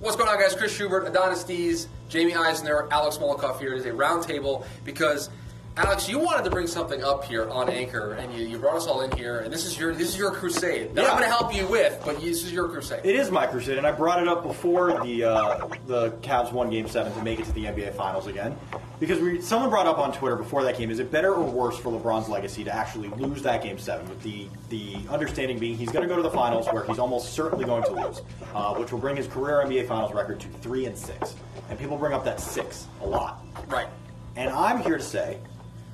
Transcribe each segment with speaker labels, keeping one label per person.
Speaker 1: What's going on, guys? Chris Schubert, Adonis Dees, Jamie Eisner, Alex Molikoff here. It is a roundtable because Alex, you wanted to bring something up here on Anchor, and you, you brought us all in here, and this is your this is your crusade. That
Speaker 2: Yeah.
Speaker 1: I'm going to help you with, but this is your crusade.
Speaker 2: It is my crusade, and I brought it up before the uh, the Cavs won Game Seven to make it to the NBA Finals again, because we someone brought up on Twitter before that game: is it better or worse for LeBron's legacy to actually lose that Game Seven? With the the understanding being he's going to go to the finals where he's almost certainly going to lose, uh, which will bring his career NBA Finals record to three and six. And people bring up that six a lot,
Speaker 1: Right.
Speaker 2: and I'm here to say,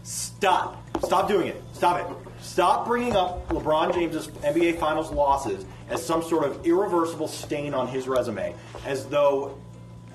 Speaker 2: stop. Stop doing it. Stop it. Stop bringing up LeBron James's NBA Finals losses as some sort of irreversible stain on his resume, as though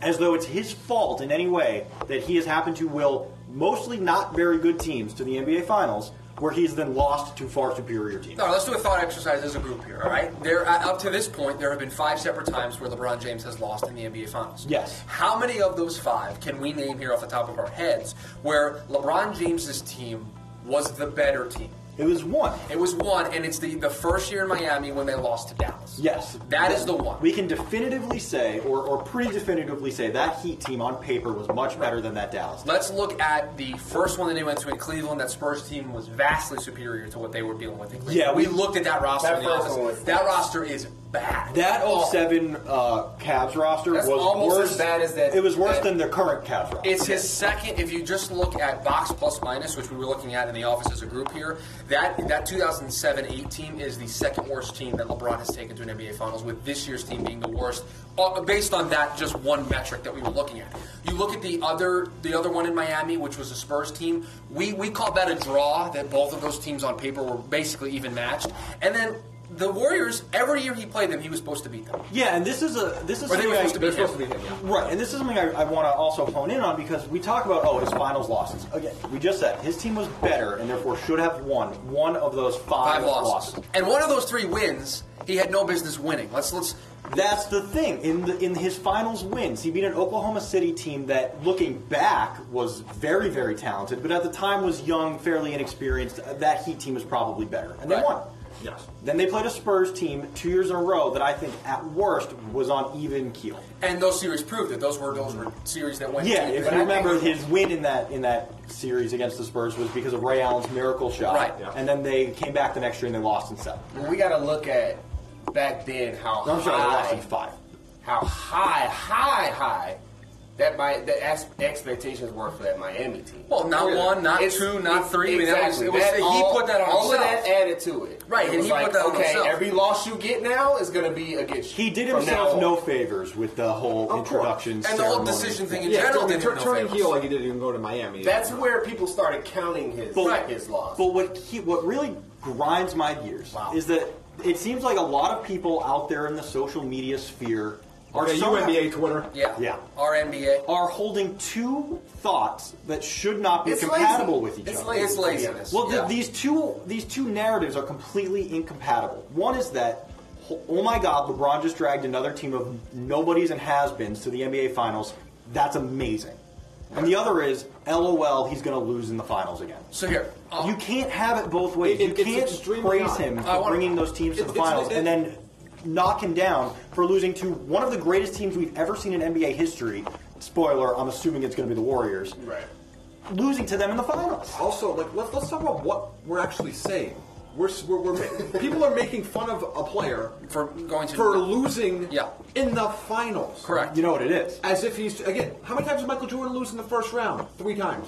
Speaker 2: as though it's his fault in any way that he has happened to will mostly not very good teams to the NBA Finals, where he's then lost to far superior teams.
Speaker 1: No, let's do a thought exercise as a group here. All right. There, uh, up to this point, there have been five separate times where LeBron James has lost in the NBA Finals.
Speaker 2: Yes.
Speaker 1: How many of those five can we name here off the top of our heads where LeBron James's team was the better team?
Speaker 2: It was one.
Speaker 1: It was one, and it's the, the first year in Miami when they lost to Dallas.
Speaker 2: Yes.
Speaker 1: That is the one.
Speaker 2: We can definitively say, or, or pretty definitively say, that Heat team on paper was much better than that Dallas team.
Speaker 1: Let's look at the first one that they went to in Cleveland. That Spurs team was vastly superior to what they were dealing with in Cleveland.
Speaker 2: Yeah,
Speaker 1: we,
Speaker 2: we-
Speaker 1: looked at that roster.
Speaker 3: that
Speaker 1: in the
Speaker 3: first
Speaker 1: office.
Speaker 3: one was-
Speaker 1: that roster is bad.
Speaker 2: That
Speaker 1: Awful.
Speaker 2: 07 uh, Cavs roster
Speaker 3: That's
Speaker 2: was
Speaker 3: almost
Speaker 2: worse.
Speaker 3: as bad as that-
Speaker 2: It was worse
Speaker 3: that-
Speaker 2: than their current Cavs roster.
Speaker 1: It's his second. If you just look at box plus minus, which we were looking at in the office as a group here, that that 2007-8 team is the second worst team that LeBron has taken to an NBA Finals, with this year's team being the worst. uh, Based on that, just one metric that we were looking at. You look at the other the other one in Miami, which was the Spurs team. We we called that a draw. That both of those teams on paper were basically even matched, and then. The Warriors, every year he played them, he was supposed to beat them.
Speaker 2: yeah, and this is a this is
Speaker 1: Or they
Speaker 2: something
Speaker 1: were
Speaker 2: I-
Speaker 1: supposed to beat
Speaker 3: they're
Speaker 1: him.
Speaker 3: supposed to beat him,
Speaker 2: Right, and this is something I, I want to also hone in on because we talk about oh his finals losses. Again, we just said his team was better and therefore should have won one of those five,
Speaker 1: Five losses. And one of those three wins, he had no business winning. Let's let's
Speaker 2: That's the thing. In the in his finals wins, he beat an Oklahoma City team that, looking back, was very very talented, but at the time was young, fairly inexperienced. uh, That Heat team was probably better, and they
Speaker 1: Right.
Speaker 2: won.
Speaker 3: Yes.
Speaker 2: Then they played a Spurs team two years in a row that I think at worst was on even keel.
Speaker 1: And those series proved it. Those were those were series that went.
Speaker 2: Yeah,
Speaker 1: deep.
Speaker 2: if
Speaker 1: But
Speaker 2: you
Speaker 1: I
Speaker 2: remember
Speaker 1: think-
Speaker 2: his win in that in that series against the Spurs was because of Ray Allen's miracle shot.
Speaker 1: Right. Yeah.
Speaker 2: And then they came back the next year and they lost in seven.
Speaker 3: We got to look at back then how
Speaker 2: No, I'm sorry, they lost in
Speaker 3: high,
Speaker 2: five.
Speaker 3: how high, high, high that my the ex- expectations were for that Miami team.
Speaker 1: Well, not one, not two, not three. I mean, that was-
Speaker 3: Exactly.
Speaker 1: it was- he
Speaker 3: all-
Speaker 1: put that on
Speaker 3: All of
Speaker 1: himself.
Speaker 3: that added to it.
Speaker 1: Right,
Speaker 3: It
Speaker 1: and
Speaker 3: was
Speaker 1: he put
Speaker 3: like,
Speaker 1: that on
Speaker 3: okay,
Speaker 1: himself.
Speaker 3: Every loss you get now is going to be against.
Speaker 2: He did
Speaker 3: you from now
Speaker 2: himself
Speaker 3: on.
Speaker 2: no favors with the whole
Speaker 3: Of course.
Speaker 2: introduction
Speaker 1: and the whole
Speaker 2: ceremony.
Speaker 1: decision thing in
Speaker 4: Yeah,
Speaker 1: general
Speaker 4: turning-
Speaker 1: didn't
Speaker 4: tur-
Speaker 1: have no
Speaker 4: turning
Speaker 1: favors.
Speaker 4: heel like he didn't even go to Miami.
Speaker 3: That's where people started counting his
Speaker 2: But-
Speaker 3: his loss.
Speaker 2: But what he, what really grinds my gears
Speaker 3: Wow.
Speaker 2: is that it seems like a lot of people out there in the social media sphere are
Speaker 4: okay, you
Speaker 2: somehow-
Speaker 4: NBA Twitter.
Speaker 1: Yeah.
Speaker 2: Yeah.
Speaker 1: Our NBA.
Speaker 2: are holding two thoughts that should not be
Speaker 3: It's
Speaker 2: compatible
Speaker 3: lazy.
Speaker 2: with each
Speaker 3: It's
Speaker 2: other.
Speaker 3: lazy.
Speaker 1: It's laziness.
Speaker 2: Well, th-
Speaker 1: yeah.
Speaker 2: these two these two narratives are completely incompatible. One is that, oh my God, LeBron just dragged another team of nobodies and has-beens to the NBA Finals. That's amazing. And the other is, LOL, he's going to lose in the finals again.
Speaker 1: so here, I'll-
Speaker 2: You can't have it both ways.
Speaker 4: Oh. It-
Speaker 2: you
Speaker 4: it's
Speaker 2: can't
Speaker 4: extremely
Speaker 2: praise
Speaker 4: odd.
Speaker 2: him
Speaker 1: I
Speaker 2: for
Speaker 1: wanna-
Speaker 2: bringing those teams to
Speaker 4: It's-
Speaker 2: the
Speaker 4: it's-
Speaker 2: finals
Speaker 4: it-
Speaker 2: and then knock him down for losing to one of the greatest teams we've ever seen in NBA history. Spoiler: I'm assuming it's going to be the Warriors.
Speaker 3: right.
Speaker 2: Losing to them in the finals.
Speaker 4: Also, like let's let's talk about what we're actually saying. We're, s- we're, we're ma- people are making fun of a player
Speaker 1: for going to
Speaker 4: for losing
Speaker 1: Yeah.
Speaker 4: in the finals.
Speaker 1: correct.
Speaker 2: You know what it is.
Speaker 4: As if he's again. How many times did Michael Jordan lose in the first round? Three times.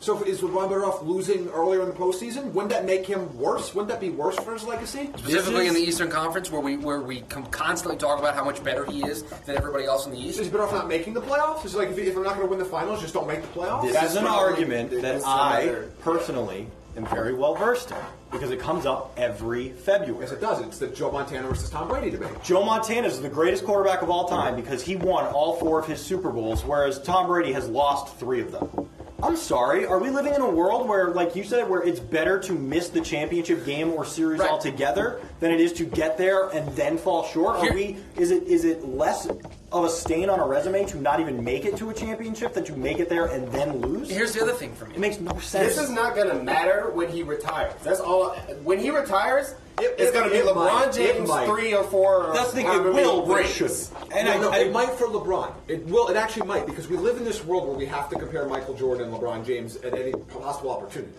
Speaker 4: So if- is LeBron better off losing earlier in the postseason? Wouldn't that make him worse? Wouldn't that be worse for his legacy?
Speaker 1: Specifically
Speaker 2: This
Speaker 1: in
Speaker 2: is-
Speaker 1: the Eastern Conference, where we where we com- constantly talk about how much better he is than everybody else in the
Speaker 4: Is he
Speaker 1: East.
Speaker 4: better off not making the playoffs? Is like if, if I'm not going to win the finals, just don't make the playoffs.
Speaker 2: This
Speaker 3: That's
Speaker 2: is an
Speaker 3: probably-
Speaker 2: argument that
Speaker 3: that's
Speaker 2: I
Speaker 3: another-
Speaker 2: personally am very well versed in because it comes up every February.
Speaker 4: Yes, it does. It's the Joe Montana versus Tom Brady debate.
Speaker 2: Joe Montana is the greatest quarterback of all time because he won all four of his Super Bowls, whereas Tom Brady has lost three of them. I'm sorry. Are we living in a world where, like you said, where it's better to miss the championship game or series
Speaker 1: Right.
Speaker 2: altogether than it is to get there and then fall short? Are
Speaker 1: Here-
Speaker 2: we? Is it is it less of a stain on a resume to not even make it to a championship than to make it there and then lose?
Speaker 1: Here's the other thing for me.
Speaker 2: it makes no sense.
Speaker 3: This is not going to matter when he retires. That's all. When he retires, It's going to be
Speaker 4: it might.
Speaker 3: LeBron
Speaker 4: It
Speaker 3: James
Speaker 4: might.
Speaker 3: three or four. Or
Speaker 2: That's the thing.
Speaker 3: however
Speaker 2: It
Speaker 3: many
Speaker 2: will, but it
Speaker 3: rings.
Speaker 2: shouldn't.
Speaker 4: And
Speaker 2: And
Speaker 4: no,
Speaker 2: I-
Speaker 4: no,
Speaker 2: I-
Speaker 4: it might for LeBron. It will. It actually might because we live in this world where we have to compare Michael Jordan and LeBron James at any possible opportunity.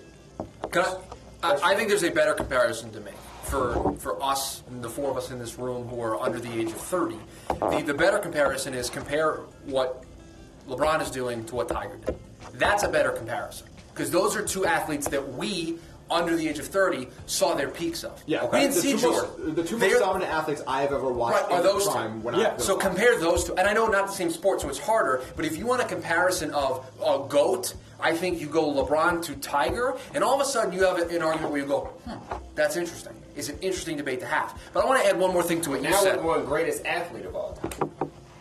Speaker 1: Can I, I, I think there's a better comparison to make for for us, and the four of us in this room who are under the age of 30. The, the better comparison is compare what LeBron is doing to what Tiger did. That's a better comparison because those are two athletes that we. Under the age of thirty, saw their peaks of. we didn't
Speaker 4: the
Speaker 1: see
Speaker 4: two most-
Speaker 1: Jordan.
Speaker 4: the two
Speaker 1: They
Speaker 4: most
Speaker 1: are-
Speaker 4: dominant athletes I have ever watched
Speaker 1: Right, are
Speaker 4: in the
Speaker 1: those two?
Speaker 4: prime when I
Speaker 2: Yeah,
Speaker 4: was
Speaker 1: So compare those two, and I know not the same sport, so it's harder. But if you want a comparison of a goat, I think you go LeBron to Tiger, and all of a sudden you have an argument where you go, "Hmm, that's interesting." It's an interesting debate to have. But I want to add one more thing to what you
Speaker 3: Now
Speaker 1: said.
Speaker 3: we're going greatest athlete of all time.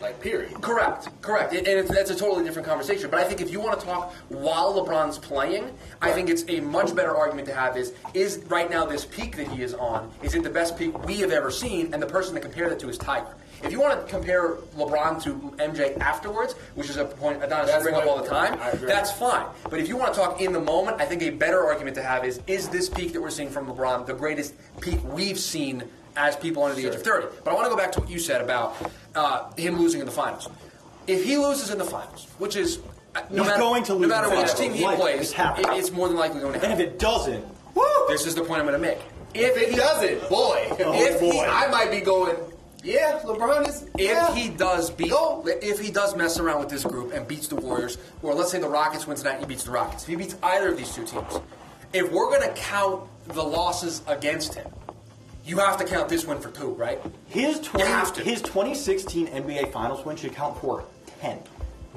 Speaker 3: Like period.
Speaker 1: Correct, correct, and it's, that's a totally different conversation. But I think if you want to talk while LeBron's playing, I think it's a much better argument to have is is right now this peak that he is on is it the best peak we have ever seen, and the person to compare that to is Tiger. If you want to compare LeBron to MJ afterwards, which is a point Adonis
Speaker 3: That's
Speaker 1: brings up
Speaker 3: what-
Speaker 1: all the time,
Speaker 3: I agree.
Speaker 1: that's fine. But if you want to talk in the moment, I think a better argument to have is is this peak that we're seeing from LeBron the greatest peak we've seen as people under the age of 30? But I want to go back to what you said about uh, him losing in the finals. If he loses in the finals, which is uh, no
Speaker 2: He's
Speaker 1: matter,
Speaker 2: going to lose
Speaker 1: no matter
Speaker 2: in the
Speaker 1: which
Speaker 2: finals.
Speaker 1: team he
Speaker 2: Like,
Speaker 1: plays,
Speaker 2: it's happening.
Speaker 1: it- it's more than likely going to
Speaker 2: And if
Speaker 1: happen.
Speaker 2: it doesn't, woo!
Speaker 1: This is the point I'm going to make. If
Speaker 3: If it
Speaker 1: he- Oh,
Speaker 3: doesn't, boy, if he,
Speaker 2: Oh, boy.
Speaker 3: I might be going. Yeah, LeBron is.
Speaker 1: If
Speaker 3: yeah.
Speaker 1: he does beat,
Speaker 3: Go.
Speaker 1: if he does mess around with this group and beats the Warriors, or let's say the Rockets wins tonight, and he beats the Rockets. If he beats either of these two teams, if we're going to count the losses against him, you have to count this one for two, right?
Speaker 2: His
Speaker 1: You have
Speaker 2: 20,
Speaker 1: to.
Speaker 2: his 2016 NBA Finals win should count for 10.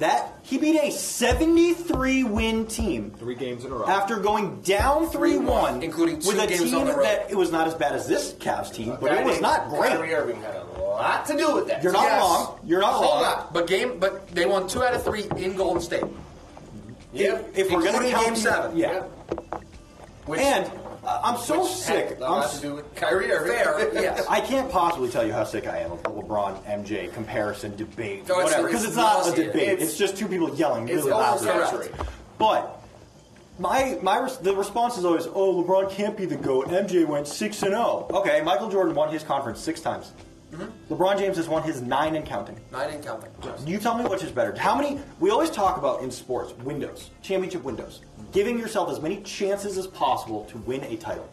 Speaker 2: That he beat a 73 win team
Speaker 4: three games in a row.
Speaker 2: after going down 3-1,
Speaker 1: including two
Speaker 2: with a
Speaker 1: games
Speaker 2: team
Speaker 1: on the road.
Speaker 2: that it was not as bad as this Cavs team, but
Speaker 3: That
Speaker 2: it was
Speaker 3: is-
Speaker 2: not
Speaker 3: Kyrie
Speaker 2: great.
Speaker 3: Irving had a lot to do with that.
Speaker 2: You're not
Speaker 1: Yes.
Speaker 2: wrong. You're not
Speaker 3: Hold
Speaker 2: wrong.
Speaker 3: on.
Speaker 1: But game, but they won two out of three in Golden State.
Speaker 2: If, if we're going to
Speaker 1: Including
Speaker 2: count
Speaker 1: game
Speaker 2: the-
Speaker 1: seven.
Speaker 2: yeah.
Speaker 3: Which,
Speaker 2: and uh, I'm so
Speaker 3: which
Speaker 2: sick.
Speaker 3: Had a
Speaker 2: I'm
Speaker 3: lot
Speaker 2: s-
Speaker 3: to do with Kyrie Irving.
Speaker 1: Fair, yes.
Speaker 2: I can't possibly tell you how sick I am of the LeBron MJ comparison debate,
Speaker 1: No, it's-
Speaker 2: whatever, because
Speaker 1: it's
Speaker 2: it's, not a
Speaker 1: nauseating.
Speaker 2: debate. It's,
Speaker 3: It's-
Speaker 2: just two people yelling
Speaker 3: it's
Speaker 2: really loudly.
Speaker 3: oversaturated.
Speaker 2: But my my res- the response is always, "Oh, LeBron can't be the goat. MJ went six and zero. Okay, Michael Jordan won his conference six times. LeBron James has won his nine and counting.
Speaker 1: Nine in counting.
Speaker 2: You tell me which is better. How many? We always talk about in sports windows, championship windows, giving yourself as many chances as possible to win a title.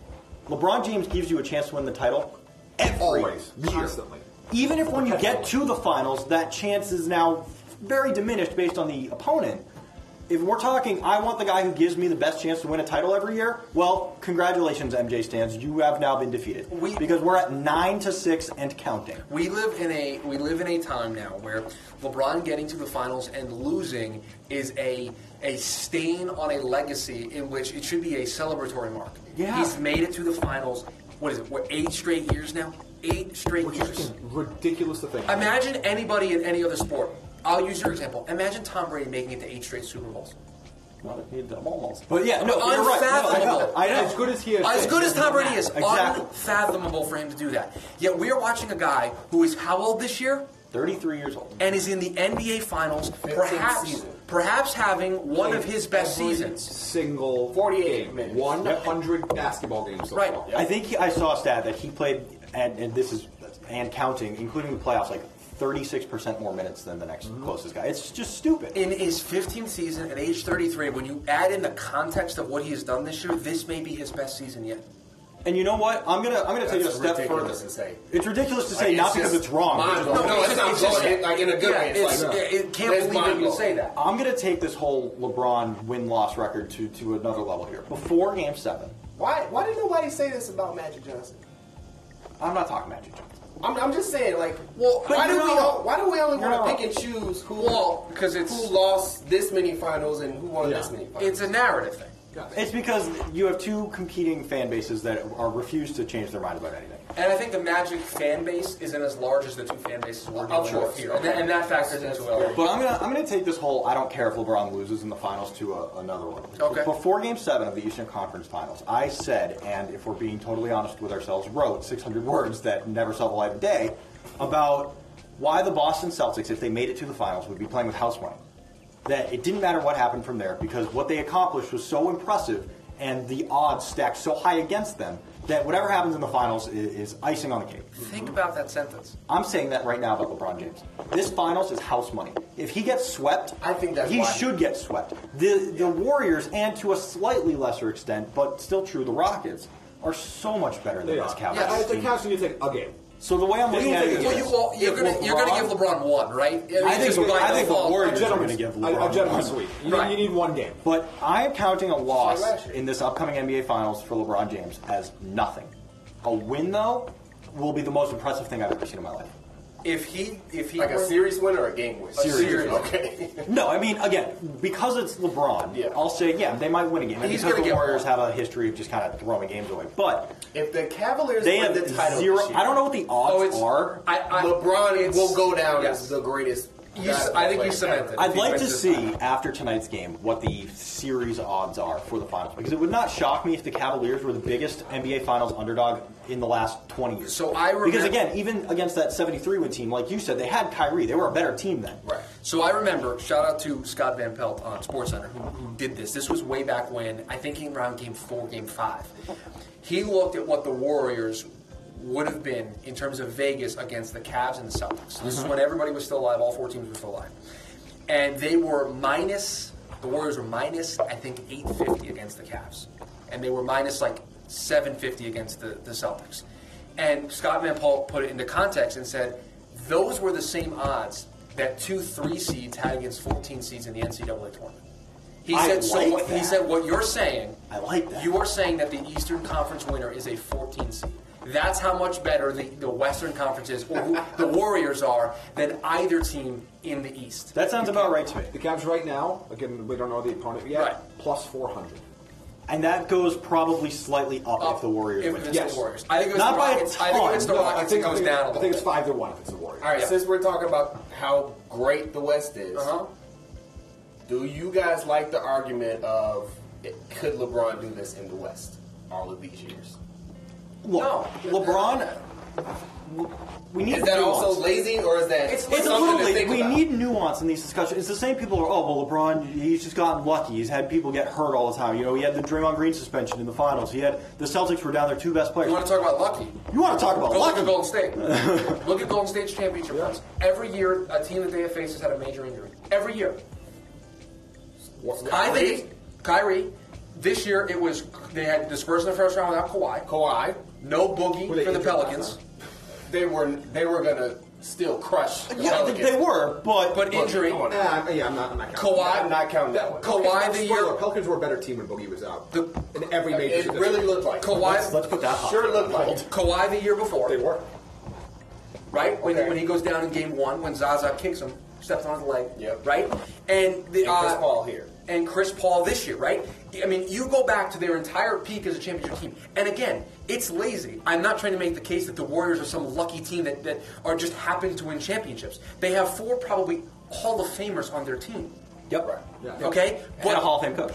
Speaker 2: LeBron James gives you a chance to win the title every
Speaker 4: Always.
Speaker 2: year.
Speaker 4: Constantly.
Speaker 2: Even if when you get to the finals, that chance is now very diminished based on the opponent. If we're talking, I want the guy who gives me the best chance to win a title every year. Well, congratulations, MJ stands. You have now been defeated
Speaker 1: We-
Speaker 2: because we're at nine to six and counting.
Speaker 1: We live in a we live in a time now where LeBron getting to the finals and losing is a a stain on a legacy in which it should be a celebratory mark.
Speaker 2: Yeah.
Speaker 1: He's made it to the finals. What is it? What eight straight years now? Eight straight
Speaker 4: Which is
Speaker 1: years.
Speaker 4: fucking ridiculous to think.
Speaker 1: Imagine anybody in any other sport. I'll use your example. Imagine Tom Brady making it to eight straight Super Bowls.
Speaker 2: Well, he did them almost. But yeah, no, you're right. No, I
Speaker 1: Unfathomable.
Speaker 2: know. I know.
Speaker 4: As good as he is.
Speaker 1: As good as Tom Brady is,
Speaker 2: Exactly.
Speaker 1: unfathomable for him to do that. Yet we are watching a guy who is how old this year?
Speaker 2: 33 years old.
Speaker 1: and is in the NBA Finals, perhaps
Speaker 3: season.
Speaker 1: perhaps having one of his best
Speaker 4: Every
Speaker 1: seasons.
Speaker 4: Single
Speaker 3: 48
Speaker 4: game.
Speaker 3: minutes.
Speaker 4: 100 basketball games. So
Speaker 1: Right.
Speaker 4: far.
Speaker 2: I think he, I saw a stat that he played, and, and this is and counting, including the playoffs, like 36% more minutes than the next closest guy. It's just stupid.
Speaker 1: In his 15th season at age 33, when you add in the context of what he has done this year, this may be his best season yet.
Speaker 2: and you know what? I'm gonna I'm gonna take it a
Speaker 3: That's
Speaker 2: step
Speaker 3: ridiculous
Speaker 2: further.
Speaker 3: to say.
Speaker 2: It's ridiculous to say,
Speaker 3: Like,
Speaker 2: not
Speaker 3: it's
Speaker 2: because
Speaker 3: just
Speaker 2: it's wrong. because-
Speaker 3: mind blowing. No, it's not good. It- like, in a good
Speaker 1: yeah,
Speaker 3: way, it's
Speaker 1: It's,
Speaker 3: like, no.
Speaker 1: it, it can't
Speaker 3: It's
Speaker 1: believe that you
Speaker 3: mind-blowing.
Speaker 1: say that.
Speaker 2: I'm gonna take this whole LeBron win loss record to to another level here. Before Game Seven,
Speaker 3: Why? Why did nobody say this about Magic Johnson?
Speaker 2: I'm not talking Magic Johnson.
Speaker 3: I'm, I'm just saying, like,
Speaker 1: Well,
Speaker 3: why
Speaker 2: but
Speaker 3: do
Speaker 2: you're
Speaker 3: we
Speaker 2: not-
Speaker 3: all, why do we only
Speaker 2: you're
Speaker 3: want to
Speaker 2: not.
Speaker 3: pick and choose who
Speaker 1: Well, 'cause it's-
Speaker 3: who lost this many finals and who won
Speaker 4: Yeah.
Speaker 3: this many finals?
Speaker 1: It's a narrative thing.
Speaker 2: It's because you have two competing fan bases that are refuse to change their mind about anything.
Speaker 1: And I think the Magic fan base isn't as large as the two fan bases we're
Speaker 3: Of
Speaker 1: dealing with
Speaker 3: course.
Speaker 1: here. And, that- and that factors into it.
Speaker 2: But I'm gonna I'm gonna take this whole I don't care if LeBron loses in the finals to a, another one.
Speaker 1: Okay.
Speaker 2: Before Game Seven of the Eastern Conference Finals, I said, and if we're being totally honest with ourselves, wrote 600 words that never saw the light of day about why the Boston Celtics, if they made it to the finals, would be playing with house money. That it didn't matter what happened from there because what they accomplished was so impressive and the odds stack so high against them that whatever happens in the finals is, is icing on the cake.
Speaker 1: Think about that sentence.
Speaker 2: I'm saying that right now about LeBron James. This finals is house money. If he gets swept,
Speaker 3: I think that's
Speaker 2: he
Speaker 3: why.
Speaker 2: should get swept. The the Warriors and to a slightly lesser extent, but still true, the Rockets are so much better than this Cavs.
Speaker 4: Yeah, I- the Cavs need to take a game.
Speaker 2: So the way I'm looking at it is,
Speaker 1: Well, you, well, you're
Speaker 2: if
Speaker 1: going to you're gonna give LeBron one, right? mean,
Speaker 2: I think
Speaker 1: just
Speaker 2: the,
Speaker 1: by
Speaker 2: I think the
Speaker 1: default.
Speaker 2: Warriors are going
Speaker 4: Gentlemen's-
Speaker 2: to give
Speaker 4: a-
Speaker 2: LeBron
Speaker 4: A gentleman's
Speaker 2: one.
Speaker 4: sweep. You,
Speaker 1: Right.
Speaker 4: need, you need one game.
Speaker 2: But I am counting a loss
Speaker 3: Like last year.
Speaker 2: in this upcoming NBA Finals for LeBron James as nothing. A win, though, will be the most impressive thing I've ever seen in my life.
Speaker 1: If he if he
Speaker 3: Like a
Speaker 1: were-
Speaker 3: series win or a game win?
Speaker 1: Series.
Speaker 3: Series, Okay.
Speaker 2: No, I mean, again, because it's LeBron,
Speaker 3: Yeah.
Speaker 2: I'll say, yeah, they might win a game. And
Speaker 1: He's
Speaker 2: because
Speaker 1: gonna
Speaker 2: the
Speaker 1: get
Speaker 2: Warriors
Speaker 1: one.
Speaker 2: have a history of just kind of throwing games away. But
Speaker 3: If the Cavaliers
Speaker 2: they
Speaker 3: win
Speaker 2: have
Speaker 3: the title,
Speaker 2: zero.
Speaker 3: this year,
Speaker 2: I don't know what the
Speaker 1: Oh,
Speaker 2: odds
Speaker 1: it's
Speaker 2: are.
Speaker 1: I, I,
Speaker 3: LeBron
Speaker 1: it's-
Speaker 3: will go down
Speaker 1: yes.
Speaker 3: as the greatest.
Speaker 1: You s- I think you cemented it.
Speaker 2: I'd
Speaker 1: He
Speaker 2: like
Speaker 1: wins
Speaker 2: to
Speaker 1: this
Speaker 2: see
Speaker 1: time.
Speaker 2: after tonight's game what the series odds are for the finals because it would not shock me if the Cavaliers were the biggest NBA Finals underdog in the last 20 years.
Speaker 1: So I remember-
Speaker 2: because again, even against that 73 win team, like you said, they had Kyrie. They were a better team then.
Speaker 3: Right.
Speaker 1: So I remember, shout out to Scott Van Pelt on SportsCenter who, who did this. This was way back when, I think in round game four, game five. He looked at what the Warriors would have been in terms of Vegas against the Cavs and the Celtics. This is when everybody was still alive, all four teams were still alive. And they were minus, the Warriors were minus, I think, 850 against the Cavs. And they were minus like 750 against the, the Celtics. And Scott Van Pelt put it into context and said, those were the same odds that two three seeds had against 14 seeds in the NCAA tournament. He
Speaker 2: I
Speaker 1: said, so
Speaker 2: like
Speaker 1: what, he
Speaker 2: that.
Speaker 1: said, what you're saying,
Speaker 2: I like that.
Speaker 1: you are saying that the Eastern Conference winner is a 14 seed. That's how much better the, the Western Conference is, or who the Warriors are, than either team in the East.
Speaker 2: That sounds about right to me.
Speaker 4: The Cavs right now, again, we don't know the opponent yet,
Speaker 1: Right.
Speaker 4: plus 400.
Speaker 2: And that goes probably slightly up, if the Warriors
Speaker 1: If
Speaker 2: win.
Speaker 1: it's
Speaker 4: Yes.
Speaker 1: the Warriors. I think it was
Speaker 2: Not
Speaker 1: the
Speaker 2: by a
Speaker 1: Rockets. Oh, I think
Speaker 2: ton.
Speaker 1: if it's the
Speaker 2: No,
Speaker 1: Rockets, it goes down a
Speaker 4: I
Speaker 1: little
Speaker 4: think it's
Speaker 1: bit.
Speaker 4: 5 to 1 if it's the Warriors.
Speaker 3: All right,
Speaker 1: Yeah.
Speaker 3: since we're talking about how great the West is,
Speaker 1: Uh-huh.
Speaker 3: do you guys like the argument of could LeBron do this in the West all of these years?
Speaker 2: Look,
Speaker 1: No.
Speaker 2: LeBron. We need
Speaker 3: Is that
Speaker 2: nuance.
Speaker 3: also lazy, or is that
Speaker 1: It's-
Speaker 2: It's a
Speaker 3: something
Speaker 2: little
Speaker 3: to
Speaker 2: late.
Speaker 3: think
Speaker 2: We
Speaker 3: about?
Speaker 2: need nuance in these discussions. It's the same people who are, oh, well, LeBron, he's just gotten lucky. He's had people get hurt all the time. You know, he had the Draymond Green suspension in the finals. He had the Celtics were down their two best players.
Speaker 1: You want to talk about lucky?
Speaker 2: You wanna talk about
Speaker 1: Go Look
Speaker 2: lucky?
Speaker 1: at Golden State. look at Golden State's championship runs. Every year, a team that they have faced has had a major injury. Every year. I think it's- Kyrie. This year, it was they had dispersed in the first round without Kawhi.
Speaker 3: Kawhi.
Speaker 1: No boogie
Speaker 4: Were they
Speaker 1: for the
Speaker 4: injured last
Speaker 1: Pelicans,
Speaker 3: They were they were gonna still crush. The
Speaker 2: yeah, they,
Speaker 3: Pelicans.
Speaker 2: they were, but,
Speaker 1: but
Speaker 3: Look,
Speaker 1: injury.
Speaker 3: come on.
Speaker 4: Yeah, I'm, yeah, I'm not, I'm not counting.
Speaker 1: Kawhi.
Speaker 3: I'm not counting that one.
Speaker 1: Kawhi the
Speaker 4: Spoiler,
Speaker 1: year.
Speaker 4: Pelicans were a better team when Boogie was out.
Speaker 1: The-
Speaker 4: in every major
Speaker 3: It really looked like
Speaker 1: Kawhi.
Speaker 2: let's put that.
Speaker 3: Sure
Speaker 2: hot.
Speaker 3: looked like
Speaker 1: Kawhi the year before.
Speaker 4: They were.
Speaker 1: right? When,
Speaker 3: Okay.
Speaker 1: when he goes down in game one, when Zaza kicks him, steps on his leg,
Speaker 3: Yep.
Speaker 1: right? And, the,
Speaker 3: And Chris
Speaker 1: uh,
Speaker 3: Paul here.
Speaker 1: And Chris Paul this year, right? I mean, you go back to their entire peak as a championship team. And again, it's lazy. I'm not trying to make the case that the Warriors are some lucky team that, that are just happen to win championships. They have four probably Hall of Famers on their team.
Speaker 2: Yep.
Speaker 4: Yeah.
Speaker 1: Okay?
Speaker 2: And a Hall of Fame coach.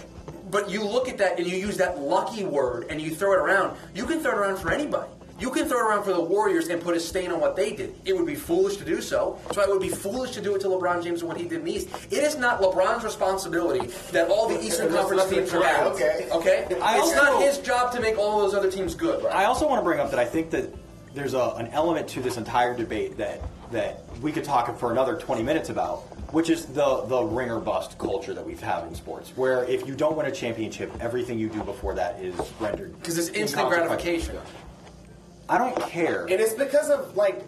Speaker 1: But you look at that and you use that lucky word and you throw it around. You can throw it around for anybody. You can throw it around for the Warriors and put a stain on what they did. It would be foolish to do so. So it would be foolish to do it to LeBron James and what he did in the East. It is not LeBron's responsibility that all the Eastern
Speaker 3: There's
Speaker 1: Conference
Speaker 3: nothing
Speaker 1: teams are
Speaker 3: to
Speaker 1: bad.
Speaker 3: correct, okay.
Speaker 1: Okay.
Speaker 2: I
Speaker 1: it's
Speaker 2: also-
Speaker 1: not his job to make all those other teams good.
Speaker 2: I also want to bring up that I think that there's a, an element to this entire debate that that we could talk for another 20 minutes about, which is the the ring or bust culture that we've had in sports, where if you don't win a championship, everything you do before that is rendered
Speaker 1: Because it's instant
Speaker 2: inconsequential.
Speaker 1: gratification.
Speaker 2: I don't care.
Speaker 3: And it's because of like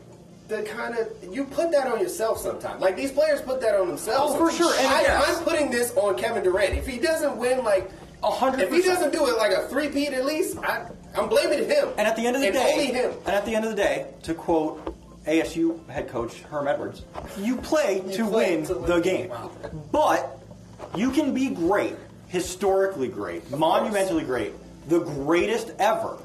Speaker 3: the kind of you put that on yourself sometimes. Like these players put that on themselves.
Speaker 2: Oh, for sure. And
Speaker 3: I,
Speaker 1: yes.
Speaker 3: I'm putting this on Kevin Durant. If he doesn't win, like
Speaker 2: A hundred
Speaker 3: If he
Speaker 2: percent.
Speaker 3: doesn't do it like a three peat at least, I, I'm blaming him.
Speaker 2: And at the end of the
Speaker 3: And
Speaker 2: day,
Speaker 3: only him.
Speaker 2: and at the end of the day, to quote ASU head coach Herm Edwards, you play, to,
Speaker 3: play
Speaker 2: win
Speaker 3: to win.
Speaker 2: the game.
Speaker 3: Wow.
Speaker 2: But you can be great, historically great, monumentally great, the greatest ever,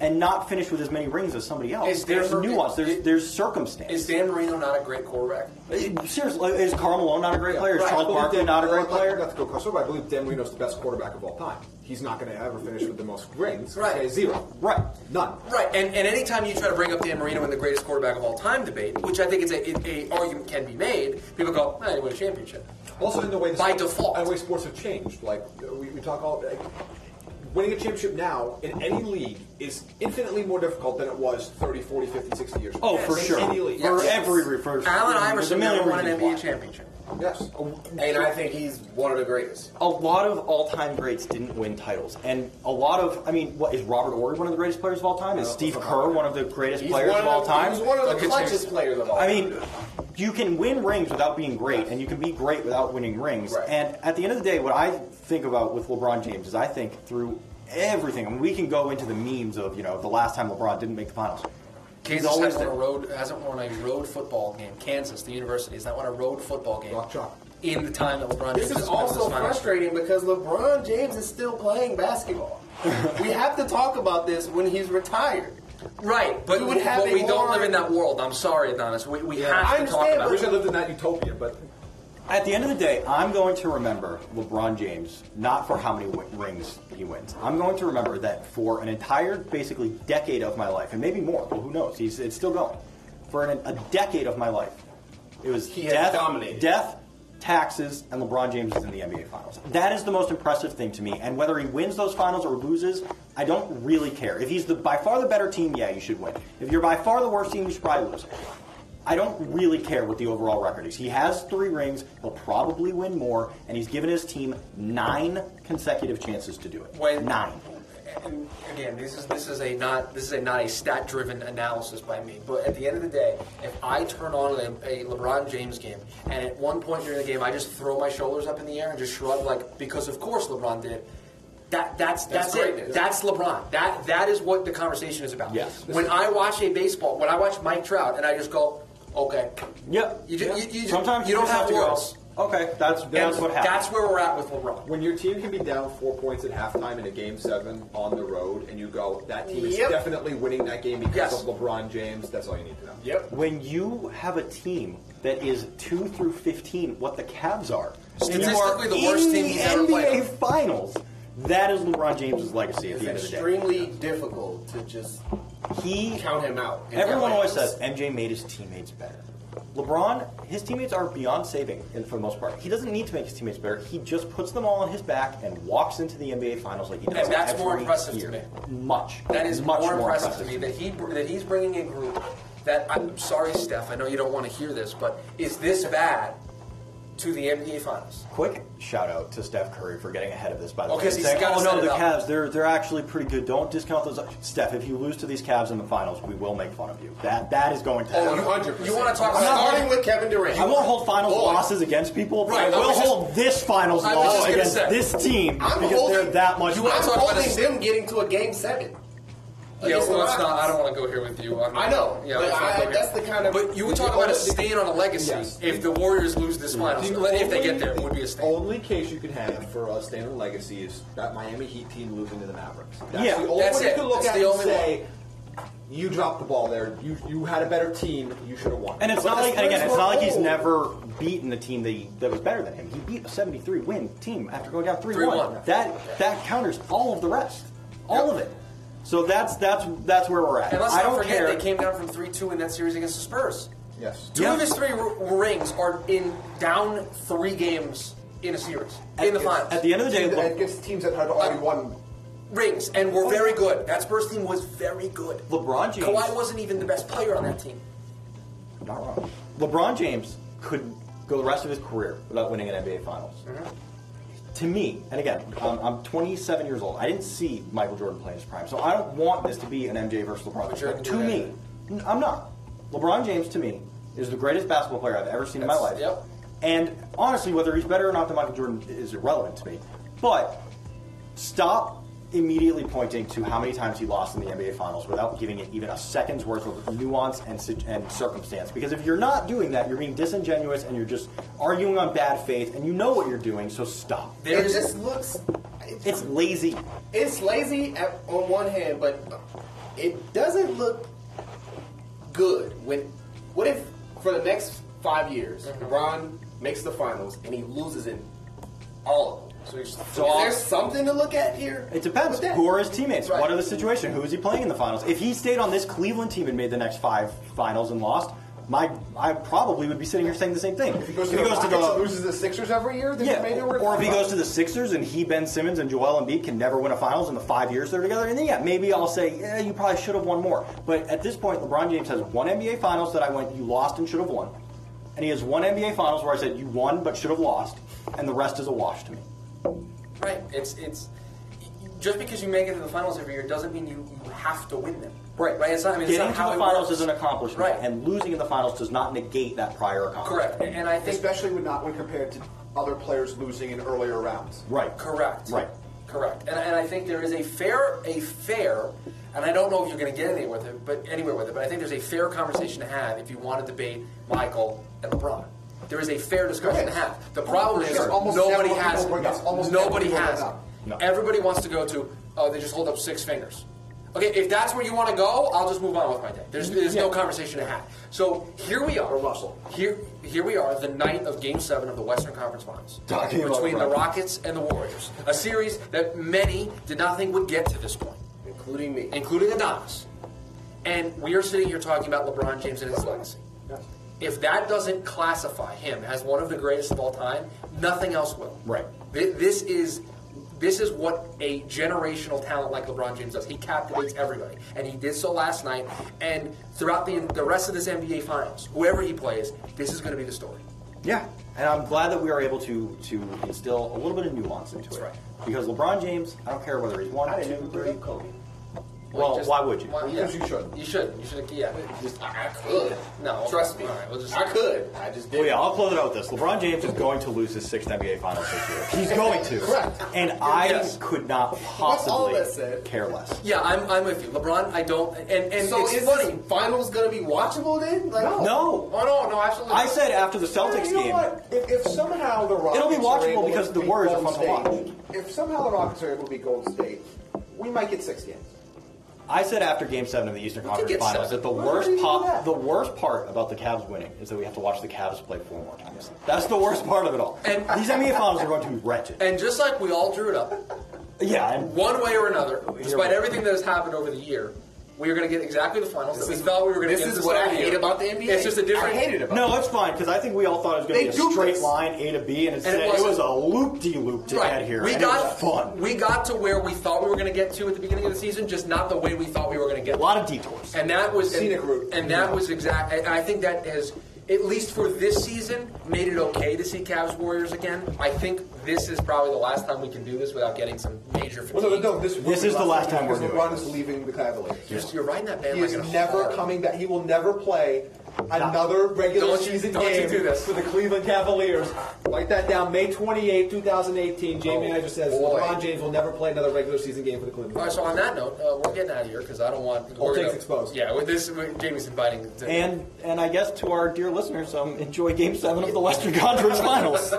Speaker 2: and not finish with as many rings as somebody else.
Speaker 1: Is
Speaker 2: there's
Speaker 1: there-
Speaker 2: nuance. There's
Speaker 1: it-
Speaker 2: there's circumstance.
Speaker 1: Is Dan Marino not a great quarterback?
Speaker 2: Uh, Seriously, is Carl Malone not a great player? Is
Speaker 1: right.
Speaker 2: Charles
Speaker 4: I believe
Speaker 2: Barkley
Speaker 4: Dan-
Speaker 2: not a great
Speaker 4: not-
Speaker 2: player?
Speaker 4: Not to go cross over, I believe Dan Marino's the best quarterback of all time. He's not going to ever finish with the most rings.
Speaker 1: Right.
Speaker 4: Okay, zero.
Speaker 2: Right.
Speaker 4: None.
Speaker 1: Right, and, and anytime you try to bring up Dan Marino in the greatest quarterback of all time debate, which I think it's a, it, a argument can be made, people go, "Well, he won a championship."
Speaker 4: Also, in the way the
Speaker 1: By default.
Speaker 4: and the way sports have changed. Like we, we talk all like, winning a championship now in any league is infinitely more difficult than it was 30, 40, 50, 60 years ago.
Speaker 2: Oh, for
Speaker 4: In
Speaker 2: sure.
Speaker 4: Any league.
Speaker 2: For every reverse.
Speaker 1: Allen
Speaker 2: there's a
Speaker 1: Iverson
Speaker 2: million
Speaker 1: never won an
Speaker 2: reasons
Speaker 1: NBA
Speaker 2: why.
Speaker 1: championship.
Speaker 4: Yes.
Speaker 3: And I think he's one of the greatest.
Speaker 2: A lot of all-time greats didn't win titles, and a lot of, I mean, what is Robert Ory one of the greatest players of all time? Is Steve Kerr one of the greatest
Speaker 3: He's
Speaker 2: players
Speaker 3: one
Speaker 2: of, all
Speaker 3: the-
Speaker 2: time?
Speaker 3: He's one of
Speaker 1: Look at
Speaker 3: the
Speaker 1: you.
Speaker 3: clutchest players of all
Speaker 2: I
Speaker 3: time.
Speaker 2: mean, you can win rings without being great, and you can be great without winning rings.
Speaker 3: Right.
Speaker 2: And at the end of the day, what I think about with LeBron James is I think through everything. I mean, we can go into the memes of you know the last time LeBron didn't make the finals.
Speaker 1: Kansas
Speaker 2: always
Speaker 1: hasn't
Speaker 2: there.
Speaker 1: won, a road, hasn't won a road football game. Kansas, the university, has not won a road football game
Speaker 4: Rock chalk.
Speaker 1: in the time that LeBron
Speaker 3: This
Speaker 1: James
Speaker 3: is
Speaker 1: has been in
Speaker 3: also
Speaker 1: this finals.
Speaker 3: frustrating because LeBron James is still playing basketball. we have to talk about this when he's retired.
Speaker 1: Right, but,
Speaker 3: We would have
Speaker 1: but
Speaker 3: a
Speaker 1: we don't
Speaker 3: more-
Speaker 1: live in that world. I'm sorry, Adonis. We, we have
Speaker 3: I
Speaker 1: to talk
Speaker 3: understand,
Speaker 4: I
Speaker 1: about
Speaker 4: wish I
Speaker 1: it.
Speaker 4: lived in that utopia, but
Speaker 2: At the end of the day, I'm going to remember LeBron James not for how many w- rings he wins. I'm going to remember that for an entire, basically, decade of my life, and maybe more. Well, who knows? He's it's still going. For an, a decade of my life, it was
Speaker 3: He has
Speaker 2: death,
Speaker 3: dominated.
Speaker 2: death, taxes, and LeBron James is in the NBA Finals. That is the most impressive thing to me. And whether he wins those finals or loses, I don't really care. If he's the by far the better team, yeah, you should win. If you're by far the worst team, you should probably lose. I don't really care what the overall record is. He has three rings. He'll probably win more, and he's given his team nine consecutive chances to do it.
Speaker 1: When-
Speaker 2: nine.
Speaker 1: And again, this is this is a not this is a not a stat driven analysis by me. But at the end of the day, if I turn on a, a LeBron James game, and at one point during the game, I just throw my shoulders up in the air and just shrug, like because of course LeBron did. That that's that's,
Speaker 3: That's
Speaker 1: it.
Speaker 3: greatness.
Speaker 1: That's LeBron. That that is what the conversation is about.
Speaker 2: Yes.
Speaker 1: When I watch a baseball, when I watch Mike Trout, and I just go, okay.
Speaker 2: Yep.
Speaker 1: You, ju- you, you ju-
Speaker 2: Sometimes
Speaker 1: you don't have,
Speaker 2: to go,
Speaker 1: words.
Speaker 2: Okay, that's that's
Speaker 1: And
Speaker 2: what happens.
Speaker 1: That's where we're at with LeBron.
Speaker 5: When your team can be down four points at halftime in a game seven on the road, and you go, that team is
Speaker 3: Yep.
Speaker 5: definitely winning that game because
Speaker 1: Yes.
Speaker 5: of LeBron James, that's all you need to know.
Speaker 3: Yep.
Speaker 2: when you have a team that is two through fifteen, what the Cavs are, and you are
Speaker 1: Statistically, the worst
Speaker 2: in
Speaker 1: team
Speaker 2: the
Speaker 1: he's
Speaker 2: NBA
Speaker 1: ever played on.
Speaker 2: Finals. That is LeBron James's legacy at
Speaker 3: It's
Speaker 2: the end of the day.
Speaker 3: extremely difficult to just
Speaker 2: He
Speaker 3: count him out. in
Speaker 2: Everyone
Speaker 3: that
Speaker 2: always
Speaker 3: way.
Speaker 2: says MJ made his teammates better. LeBron, his teammates are beyond saving in- for the most part. He doesn't need to make his teammates better. He just puts them all on his back and walks into the NBA Finals like he does.
Speaker 1: And that's more
Speaker 2: every
Speaker 1: impressive to
Speaker 2: year.
Speaker 1: me.
Speaker 2: Much.
Speaker 1: That is
Speaker 2: much
Speaker 1: more, impressive, to me that he br- that he's bringing a group that I'm sorry, Steph. I know you don't want to hear this, but is this bad to the NBA Finals?
Speaker 2: Quick shout out to Steph Curry for getting ahead of this. By the
Speaker 1: Oh,
Speaker 2: way,
Speaker 1: 'cause
Speaker 2: and
Speaker 1: he's
Speaker 2: saying,
Speaker 1: gotta
Speaker 2: "Oh
Speaker 1: set
Speaker 2: no,
Speaker 1: it
Speaker 2: the
Speaker 1: up."
Speaker 2: Cavs, they're they're actually pretty good. Don't discount those." Steph, if you lose to these Cavs in the finals, we will make fun of you. That that is going to happen.
Speaker 1: Oh, You want to talk about
Speaker 3: Starting with Kevin Durant.
Speaker 2: I won't hold finals
Speaker 3: Boy.
Speaker 2: losses against people, but
Speaker 1: Right,
Speaker 2: I
Speaker 1: I
Speaker 2: will
Speaker 1: was just-
Speaker 2: hold this finals
Speaker 1: I was
Speaker 2: loss
Speaker 1: just gonna
Speaker 2: against
Speaker 1: say.
Speaker 2: this team
Speaker 3: I'm
Speaker 2: because they're
Speaker 3: holding-
Speaker 2: that much
Speaker 1: you
Speaker 3: I'm
Speaker 1: wanna
Speaker 2: better.
Speaker 1: talk about
Speaker 3: holding
Speaker 1: this-
Speaker 3: them getting to a game seven.
Speaker 1: Yeah,
Speaker 3: against
Speaker 1: well,
Speaker 3: the
Speaker 1: let's not. I
Speaker 3: Rockets.
Speaker 1: don't want to go here with you. I'm
Speaker 3: I know,
Speaker 1: Yeah,
Speaker 3: but
Speaker 1: let's not
Speaker 3: I-
Speaker 1: go here.
Speaker 3: that's the kind of-
Speaker 1: But you would talk about a stain on a legacy
Speaker 5: Yes.
Speaker 1: if the Warriors lose this finals.
Speaker 5: The
Speaker 1: If they
Speaker 5: only-
Speaker 1: get there, it would be a
Speaker 5: The
Speaker 1: stain.
Speaker 5: only case you could have for a standard legacy is that Miami Heat team losing to the Mavericks. That's
Speaker 2: Yeah,
Speaker 5: the only
Speaker 1: that's
Speaker 5: one you
Speaker 1: it.
Speaker 5: could look
Speaker 1: That's
Speaker 5: at
Speaker 1: the
Speaker 5: and
Speaker 1: only
Speaker 5: say, you dropped the ball there. You you had a better team. You should have won.
Speaker 2: And it's
Speaker 5: But
Speaker 2: not
Speaker 5: the
Speaker 2: like, and again,
Speaker 5: Spurs
Speaker 2: it's not
Speaker 5: were
Speaker 2: like he's
Speaker 5: old.
Speaker 2: never beaten the team that, he, that was better than him. He beat a 73 win team after going down 3 1.
Speaker 1: 3-1.
Speaker 2: That that counters all of the rest, all of it. So that's that's that's where we're at.
Speaker 1: And let's
Speaker 2: I
Speaker 1: not
Speaker 2: don't
Speaker 1: forget
Speaker 2: care.
Speaker 1: they came down from three two in that series against the Spurs.
Speaker 5: Yes.
Speaker 1: Two
Speaker 2: Yeah.
Speaker 1: of his three r- rings are in down three games in a series in the finals.
Speaker 2: At the end of the day,
Speaker 5: Team-
Speaker 2: look,
Speaker 5: against teams that had already won.
Speaker 1: rings and were very good. That Spurs team was very good.
Speaker 2: LeBron James-
Speaker 1: Kawhi wasn't even the best player on that team.
Speaker 2: Not wrong. LeBron James could go the rest of his career without winning an NBA Finals. To me, and again, um, I'm 27 years old. I didn't see Michael Jordan play in his prime, so I don't want this to be an MJ versus LeBron.
Speaker 1: But you're
Speaker 2: But to
Speaker 1: gonna do
Speaker 2: me, n- I'm not. LeBron James to me is the greatest basketball player I've ever seen in my
Speaker 1: That's-
Speaker 2: life.
Speaker 1: yep.
Speaker 2: And honestly, whether he's better or not than Michael Jordan is irrelevant to me. But stop immediately pointing to how many times he lost in the NBA Finals without giving it even a second's worth of nuance and, si- and circumstance. Because if you're not doing that, you're being disingenuous and you're just arguing on bad faith, and you know what you're doing, so stop.
Speaker 1: There
Speaker 3: it
Speaker 1: is-
Speaker 3: just looks. It's,
Speaker 2: It's lazy.
Speaker 3: it's lazy at, on one hand, but it doesn't look good when. What if for the next five years, LeBron makes the finals and he loses in all of them?
Speaker 1: So he's
Speaker 3: So is there something to look at here?
Speaker 2: It depends.
Speaker 3: With that?
Speaker 2: Who are his teammates?
Speaker 3: Right.
Speaker 2: What are the situation? Who is he playing in the finals? If he stayed on this Cleveland team and made the next five finals and lost, my I probably would be sitting here saying the same thing. If he
Speaker 3: goes to the Rockets and loses the Sixers every year. Then
Speaker 2: yeah,
Speaker 3: maybe we're
Speaker 2: or if he goes to the Sixers and he, Ben Simmons, and Joel Embiid can never win a Finals in the five years they're together, and then yeah, maybe I'll say yeah, you probably should have won more. But at this point, LeBron James has one NBA Finals that I went you lost and should have won, and he has one NBA Finals where I said you won but should have lost, and the rest is a wash to me.
Speaker 1: Right. It's it's just because you make it to the finals every year doesn't mean you, you have to win them.
Speaker 2: Right.
Speaker 1: Right. It's not. I mean, it's
Speaker 2: Getting
Speaker 1: not
Speaker 2: to
Speaker 1: how
Speaker 2: the
Speaker 1: it
Speaker 2: finals
Speaker 1: works.
Speaker 2: is an accomplishment,
Speaker 1: Right.
Speaker 2: and losing in the finals does not negate that prior accomplishment.
Speaker 1: Correct. And, and I think
Speaker 5: especially when not when compared to other players losing in earlier rounds.
Speaker 2: Right.
Speaker 1: Correct.
Speaker 2: Right.
Speaker 1: Correct. And, and I think there is a fair, a fair, and I don't know if you're going to get anywhere with it, but anywhere with it. But I think there's a fair conversation to have if you want to debate Michael and LeBron. There is a fair discussion to have. The problem is
Speaker 5: Sure. Almost
Speaker 1: nobody
Speaker 5: never
Speaker 1: has.
Speaker 5: people bring up- almost
Speaker 1: nobody
Speaker 5: never people
Speaker 1: has.
Speaker 5: bring up.
Speaker 2: No.
Speaker 1: Everybody wants to go to. Oh, they just hold up six fingers. Okay, if that's where you want to go, I'll just move on with my day. There's, there's no conversation to have. So here we are.
Speaker 5: Or Russell.
Speaker 1: Here, here we are, the night of Game Seven of the Western Conference Finals
Speaker 2: Talking about
Speaker 1: between the
Speaker 2: LeBron.
Speaker 1: Rockets and the Warriors, a series that many did not think would get to this point,
Speaker 3: including me.
Speaker 1: including Adonis. And we are sitting here talking about LeBron James and his legacy. If that doesn't classify him as one of the greatest of all time, nothing else will.
Speaker 2: Right.
Speaker 1: Thi- This is this is what a generational talent like LeBron James does. He captivates everybody, and he did so last night. And throughout the the rest of this NBA Finals, whoever he plays, this is going to be the story.
Speaker 2: Yeah, and I'm glad that we are able to to instill a little bit of nuance into
Speaker 1: That's
Speaker 2: it.
Speaker 1: right.
Speaker 2: Because LeBron James, I don't care whether he's one,
Speaker 5: I
Speaker 2: two,
Speaker 5: didn't even bring
Speaker 2: three.
Speaker 5: up Kobe.
Speaker 1: Well,
Speaker 2: Well,
Speaker 1: just-
Speaker 2: why would you?
Speaker 1: why-
Speaker 5: Because you should.
Speaker 1: You should. You should. Yeah.
Speaker 3: Just, I I could.
Speaker 1: No.
Speaker 3: Trust me.
Speaker 1: All right, we'll just-
Speaker 3: I could. I just
Speaker 2: Well, Oh,
Speaker 3: didn't.
Speaker 2: yeah, I'll close it out with this. LeBron James is going to lose his sixth NBA Finals this year. He's going to.
Speaker 3: Correct.
Speaker 2: And I
Speaker 1: Yes.
Speaker 2: could not
Speaker 3: all
Speaker 2: possibly
Speaker 3: that said.
Speaker 2: care less.
Speaker 1: Yeah, I'm, I'm with you, LeBron. I don't. And and
Speaker 3: so
Speaker 1: it's
Speaker 3: is
Speaker 1: funny.
Speaker 3: this finals gonna be watchable then? Like,
Speaker 2: No,
Speaker 1: Oh no, no, absolutely.
Speaker 2: I said after the Celtics
Speaker 5: you know
Speaker 2: game.
Speaker 5: what? If, if somehow the Rockets
Speaker 2: It'll be
Speaker 5: are
Speaker 2: watchable
Speaker 5: able
Speaker 2: because
Speaker 5: to
Speaker 2: the
Speaker 5: beat
Speaker 2: Warriors are
Speaker 5: Golden
Speaker 2: fun to
Speaker 5: State- If somehow the Rockets are able to beat Golden State, we might get six games.
Speaker 2: I said after Game Seven of the Eastern Conference
Speaker 1: get
Speaker 2: Finals
Speaker 1: seven.
Speaker 2: that the
Speaker 5: Why
Speaker 2: worst
Speaker 5: do you do
Speaker 2: pop,
Speaker 5: that?
Speaker 2: the worst part about the Cavs winning is that we have to watch the Cavs play four more times. That's the worst part of it all.
Speaker 1: And-
Speaker 2: these NBA Finals are going to be wretched.
Speaker 1: And just like we all drew it up,
Speaker 2: yeah, and
Speaker 1: one way or another, despite
Speaker 2: right.
Speaker 1: everything that has happened over the year, we are going to get exactly the finals that we thought we were going to
Speaker 3: This
Speaker 1: get.
Speaker 3: is
Speaker 1: this
Speaker 3: what I
Speaker 1: time of
Speaker 3: hate
Speaker 1: year.
Speaker 3: about the NBA.
Speaker 1: It's just a different.
Speaker 3: I hate it about.
Speaker 2: no, it's fine because I think we all thought it was going
Speaker 3: They
Speaker 2: to be
Speaker 3: do
Speaker 2: a straight
Speaker 3: this.
Speaker 2: line A to B, and instead
Speaker 1: it
Speaker 2: it, was
Speaker 1: wasn't.
Speaker 2: a loop de loop to
Speaker 1: Right.
Speaker 2: get here.
Speaker 1: We
Speaker 2: and
Speaker 1: got
Speaker 2: it was fun.
Speaker 1: We got to where we thought we were going to get to at the beginning of the season, just not the way we thought we were going to get.
Speaker 2: a lot of detours.
Speaker 1: And that was
Speaker 5: Scenic
Speaker 1: and,
Speaker 5: route.
Speaker 1: And that was exact. And I think that has, at least for this season, made it okay to see Cavs Warriors again. I think this is probably the last time we can do this without getting some major fatigue.
Speaker 5: Well, no, no, this, will
Speaker 2: This
Speaker 5: be
Speaker 2: is the last time we're
Speaker 5: because
Speaker 2: doing
Speaker 5: LeBron
Speaker 2: it.
Speaker 5: is leaving the Cavaliers.
Speaker 1: You're, you're riding that
Speaker 5: He is
Speaker 1: bandwagon.
Speaker 5: never
Speaker 1: hard.
Speaker 5: coming back. He will never play another regular
Speaker 1: Don't you-
Speaker 5: season
Speaker 1: don't you
Speaker 5: game
Speaker 1: do this.
Speaker 5: for the Cleveland Cavaliers. Write that down. May 28, 2018, Jamie
Speaker 1: Oh,
Speaker 5: Manager says
Speaker 1: boy.
Speaker 5: LeBron James will never play another regular season game for the Cleveland
Speaker 1: All right,
Speaker 5: Cavaliers.
Speaker 1: so on that note, uh, we're getting out of here because I don't want.
Speaker 5: All
Speaker 1: we're
Speaker 5: takes
Speaker 1: gonna-
Speaker 5: exposed.
Speaker 1: Yeah, with this, we- Jamie's inviting. To,
Speaker 2: and and I guess to our dear listeners, um, enjoy Game Seven of the Western Conference Finals.